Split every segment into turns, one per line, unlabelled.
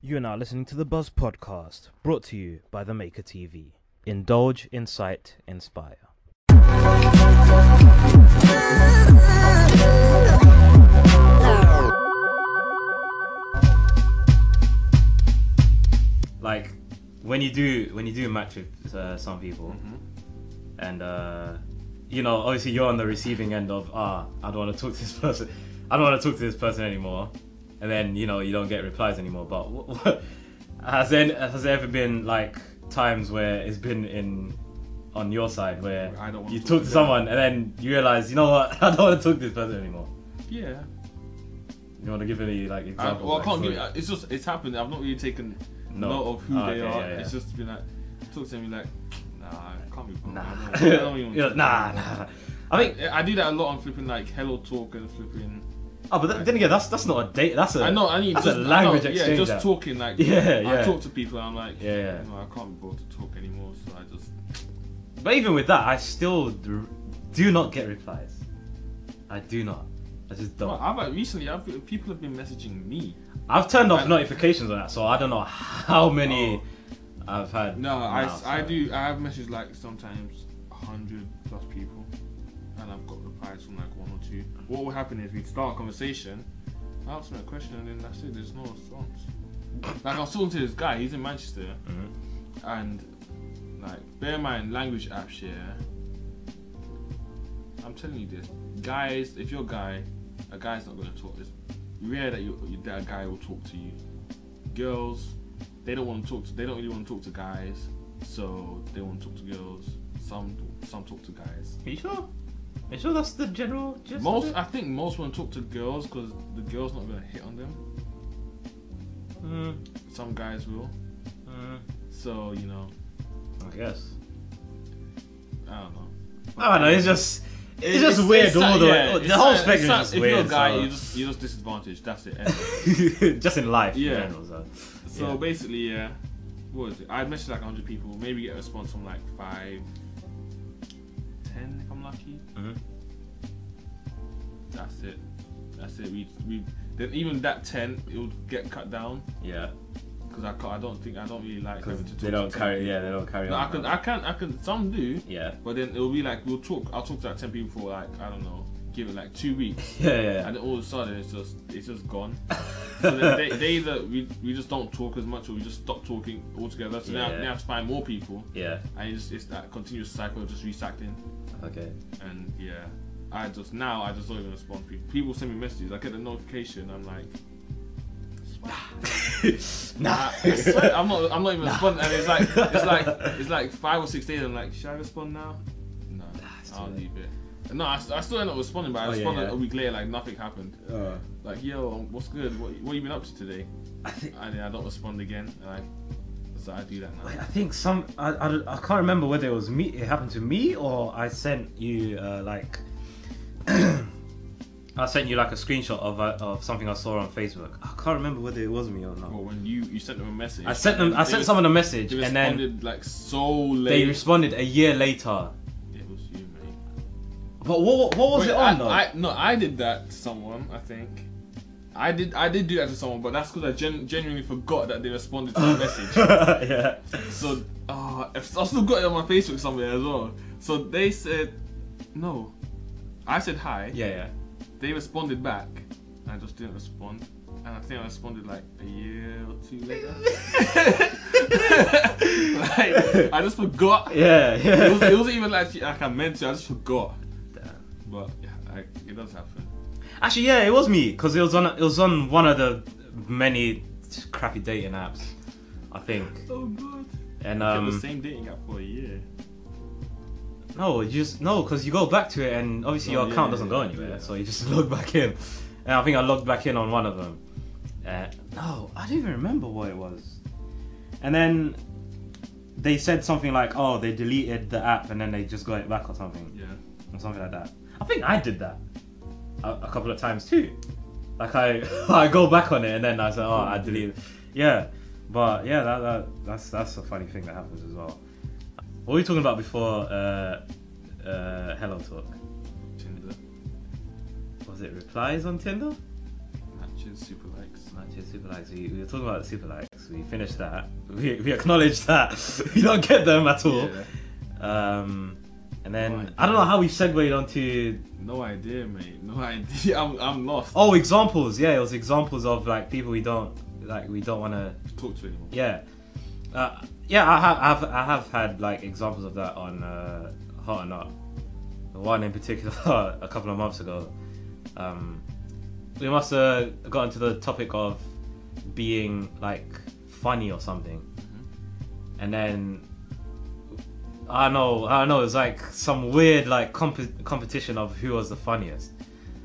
You are now listening to the Buzz Podcast, brought to you by The Maker TV. Indulge, incite, inspire. Like when you do when you do match with uh, some people, and uh, you know obviously you're on the receiving end of ah I don't want to talk to this person, I don't want to talk to this person anymore, and then you know you don't get replies anymore. But wh- wh- has there has there ever been like times where it's been in on your side where
I don't wanna
you
talk
talk
to
to
them.
someone and then you realize you know what I don't want to talk to this person anymore.
Yeah.
You want to give any like
I,
examples?
well, I
like,
can't give. uh,
story?
It's just it's happened. I've not really taken
No.
note of who
Ah,
they
okay,
are.
yeah, yeah.
It's just been like talk to me like, nah, I can't be. bothered.
Nah.
I don't, I don't even.
Yeah,
want to
nah,
talk to you.
nah. I think.
I, I do that a lot on flipping like hello talk and flipping.
Oh, but th- then again, that's that's not a date. That's a.
I know. I need
that's
just
a language
I know,
exchange.
Yeah, just
app.
talking like.
Yeah,
I
yeah.
talk to people and I'm like,
Yeah, yeah.
You know, I can't be bothered to talk anymore. So I just.
But even with that, I still d- do not get replies. I do not. I just don't.
Well, I've like, recently, I've been- people have been messaging me.
I've turned off
I- Oh.
notifications on that, so I don't know how many I've had.
No, I,
now,
I
so-
do. I have messaged like sometimes hundred plus people, and I've got replies from like one or two. What will happen is we'd start a conversation, I ask them a question, and then that's it. There's no response. Like I was talking to this guy. He's in Manchester,
Mhm.
and like bear in mind language apps. Yeah, I'm telling you this, guys. If you're a guy, a guy's not gonna talk. It's rare that you that a guy will talk to you. Girls, they don't want to talk to. They don't really want to talk to guys, so they want to talk to girls. Some some talk to guys.
Are you sure? Are you sure that's the general gist? of
Most
it?
I think most want to talk to girls because the girls not gonna hit on them.
Mm,
Some guys will.
mm,
So you know,
I guess.
I don't know.
I don't know. It's just. It's, just weird. all the,
yeah,
the
it's
whole
sad-
spectrum
it's
is just
sad. If
weird.
you're a guy,
so-
you're just you're just disadvantaged. That's it. End of it.
just in life in
Yeah.
general. So.
So
Yeah.
basically, yeah. What is it? I messaged like 100 people, maybe get a response from like 5, 10 if I'm lucky.
Mhm.
That's it. That's it. We, we then even that 10, it would get cut down
Yeah,
because I, ca- I don't think I don't really like
because
having to talk
they
to
don't
10
carry.
people.
Yeah, they don't carry.
No,
on
I can, I can, I can. Some do,
Yeah.
but then it'll be like we'll talk. I'll talk to like ten people for like I don't know, give it like two weeks,
Yeah, yeah.
and then all of a sudden it's just it's just gone. So then they, they either we, we just don't talk as much or we just stop talking altogether. So now
Yeah.
now have to find more people,
yeah.
and it's, it's that continuous cycle of just recycling.
Okay.
And yeah, I just now I just don't even respond. to People people send me messages. I get the notification. I'm like,
nah.
I, I swear, I'm not I'm not even responding. And it's like it's like it's like five or six days. I'm like, should I respond now? No,
it's too
I'll
late.
leave it. No, I, I still end up responding, but I
Oh, yeah,
responded
yeah.
a week later like nothing happened.
Uh,
Like, yo, um, what's good? What, what you been up to today?
I think.
and then I don't respond again. And I, so I do that now.
Wait, I think some. I, I, don't- I can't remember whether it was me. It happened to me or I sent you uh, like. I sent you like a screenshot of uh, of something I saw on Facebook. I can't remember whether it was me or not.
Well, when you you sent them a message,
I sent them. I
they
sent
res-
someone a message
They
and then
responded like so
they
late.
responded a year later.
it was you, mate.
But what what was
Wait,
it on
I,
though?
I, no, I did that to someone. I think. I did, I did do that to someone, but that's because I gen- genuinely forgot that they responded to my message.
yeah.
So, uh, I've I've still got it on my Facebook somewhere as well. So they said, no. I said hi.
Yeah, yeah.
They responded back. and I just didn't respond. And I think I responded like a year or two later. like, I just forgot. It,
Yeah, yeah.
was, it wasn't even like, like I meant to, I just forgot.
Damn.
But yeah, I, it does happen.
Actually, yeah, it was me because it was on it was on one of the many crappy dating apps, I think.
Oh god.
And
Um, the
um,
same dating app for a year.
no, you just no, because you go back to it and obviously
Oh,
your
yeah,
account
yeah,
doesn't go
yeah,
anywhere,
yeah.
so you just log back in. And I think I logged back in on one of them. Uh, no, I don't even remember what it was. And then they said something like, "Oh, they deleted the app and then they just got it back or something."
Yeah.
or something like that. I think I did that a, a couple of times too. Like I, I go back on it and then I say, oh, I deleted. Yeah, but yeah, that, that that's that's a funny thing that happens as well. What were we talking about before? Uh, uh, Hello Talk.
Tinder.
Was it replies on Tinder?
Matches, super likes.
matches, super likes. We, we were talking about super likes. We finished that. We, we acknowledge that we don't get them at all.
Yeah.
Um, and then
Right.
I don't know how we segued onto
No idea, mate. No idea. I'm, I'm lost.
oh examples. Yeah, it was examples of like people we don't like. We don't want to.
Talk to anyone.
Yeah, uh, yeah. I have, I have I have had like examples of that on uh, Hot or Not. The one in particular a couple of months ago. Um, we must have gotten to the topic of being like funny or something, and then. I know, I know. It was like some weird like comp- competition of who was the funniest.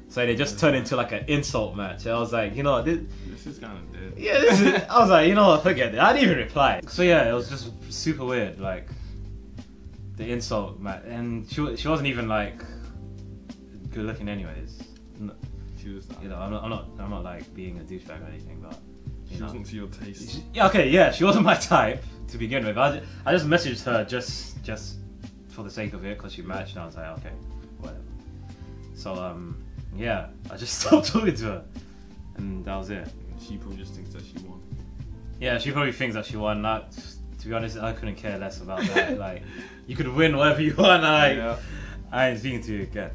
So they just turned into like an insult match. I was like, you know, this,
This is kind of dead.
yeah, this is, I was like, you know what, forget it. I didn't even reply. So yeah, it was just super weird, like the insult, Matt, and she wa- she wasn't even like good looking, anyways. N-
She was.
You know, I'm not, I'm not, I'm not like being a douchebag or anything, but you
She
know.
wasn't to your taste.
She- yeah, okay, yeah, she wasn't my type to begin with. I just, I just messaged her just just for the sake of it because she matched, and I was like, okay, whatever. So um, yeah, I just stopped talking to her, and that was it.
She probably just thinks that she won.
Yeah, she probably thinks that she won. That, to be honest, I couldn't care less about Oh, that. like, you could win whatever you want. Like,
Yeah.
I ain't speaking to you again.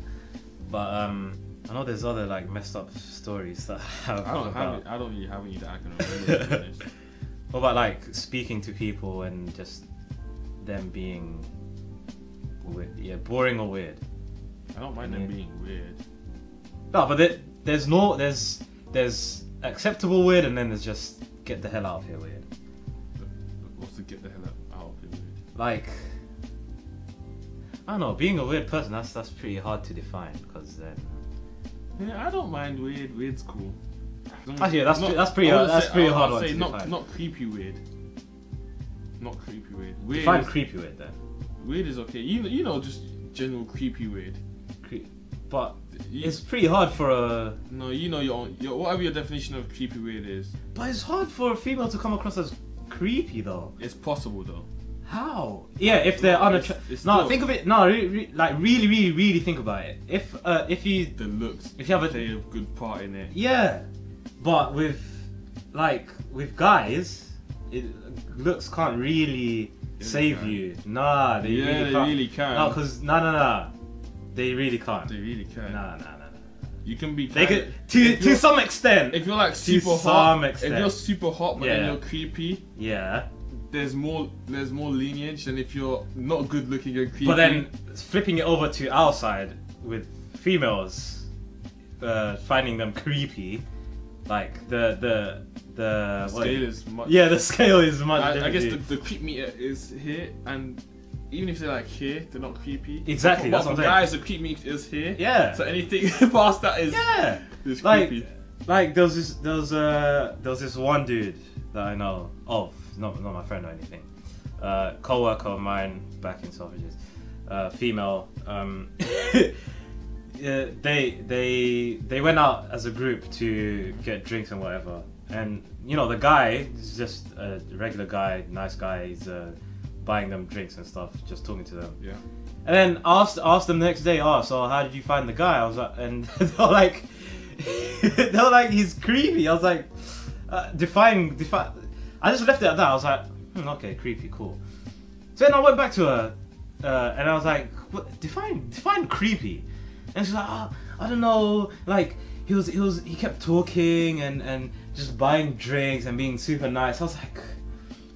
But um, I know there's other like messed up stories that I have.
I don't have.
about,
It. I don't really have any that I can remember. to be honest.
What about like speaking to people and just them being, weird, yeah, boring or weird?
I don't mind
Yeah.
them being weird.
No, but there, there's no there's there's acceptable weird and then there's just get the hell out of here weird.
Also, get the hell out out of here. Weird.
like I don't know, being a weird person that's that's pretty hard to define because then
Yeah, I don't mind weird. Weird's cool. As long as-
Actually, that's pre- that's pretty-
I would
that's pretty
I would
hard one
say
to
not
define.
not creepy weird. Not creepy weird. Weird.
define
Is,
creepy weird then.
weird is okay. You you know just general creepy weird.
Cre- but
You,
it's pretty hard for a
no, you know your, own- your whatever your definition of creepy weird is.
but it's hard for a female to come across as creepy though.
It's possible though.
How? Yeah, if they're
Well,
unattractive.
it's- it's
no,
still-
think of it. No, re- re- like really, really, really think about it. If uh, if you
The looks.
If you have a-
play a good part in it.
yeah, but with like with guys, it, looks can't really
They
save
can't.
you. Nah, they
yeah,
really
they
can't.
really can.
No, because no, no, no, they really can't.
they really can.
No, no, no, no.
You can be.
They
kinda-
could to
if you're-
to some extent.
If you're like super
some
hot,
extent.
if you're super hot but then
Yeah.
you're creepy,
Yeah,
there's more there's more lineage than if you're not good looking and creepy.
but then flipping it over to our side with females, uh, finding them creepy, like the the the
the
what-
scale is much.
Yeah, the scale is much.
I, I
different.
guess the, the creep meter is here, and even if they're like here, they're not creepy.
Exactly,
But
that's
for
what I'm
guys, the creep meter is here.
Yeah.
So anything past that is
yeah.
is
Like-
creepy.
Like there was this there was uh there was this one dude that I know of, not not my friend or anything. Uh co-worker of mine back in Selfridges. Uh female. Um yeah, they they they went out as a group to get drinks and whatever. And you know the guy is just a regular guy, nice guy. He's uh, buying them drinks and stuff, just talking to them.
Yeah.
And then asked asked them the next day, oh, so how did you find the guy? I was like, and they were like, they were like, he's creepy. I was like, uh, define, define. I just left it at that. I was like, hmm, okay, creepy, cool. So then I went back to her, uh, and I was like, what, define, define creepy. And she's like, oh, I don't know, like. He was, he was, he kept talking and, and just buying drinks and being super nice. I was like,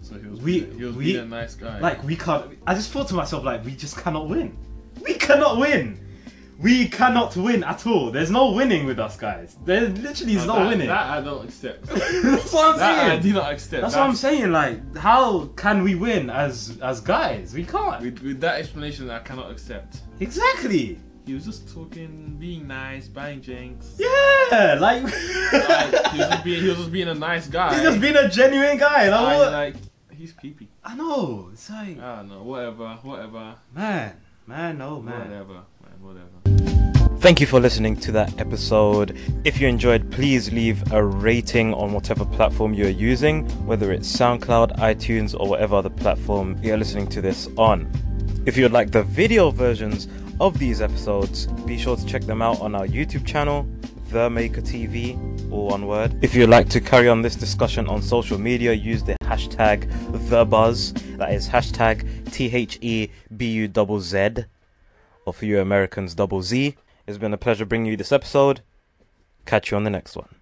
So he was
We-
being- he was
we-
being a nice guy.
like we can't. I just thought to myself, like we just cannot win. We cannot win. We cannot win at all. There's no winning with us guys. There literally is
Now
no
that,
winning.
That I don't accept.
that's what I'm
that I
saying.
do not accept.
That's what I'm saying. Like, how can we win as as guys? We can't.
With, with that explanation, I cannot accept.
exactly.
He was just talking, being nice, buying drinks.
Yeah. Like,
Like, he, was just being, he was just being a nice guy.
he's just being a genuine guy. Like,
I,
what?
like he's creepy.
I know. It's like,
I don't know. Whatever. Whatever.
man, man, oh man.
Whatever. Man, whatever.
Thank you for listening to that episode. If you enjoyed, please leave a rating on whatever platform you're using, whether it's SoundCloud, iTunes, or whatever other platform you're listening to this on. If you'd like the video versions of these episodes, be sure to check them out on our YouTube channel, The Maker TV,
all one word. If you'd like to carry on this discussion on social media, use the hashtag TheBuzz. That is hashtag T H E B U double Z. Or for you Americans, double Z. It's been a pleasure bringing you this episode. Catch you on the next one.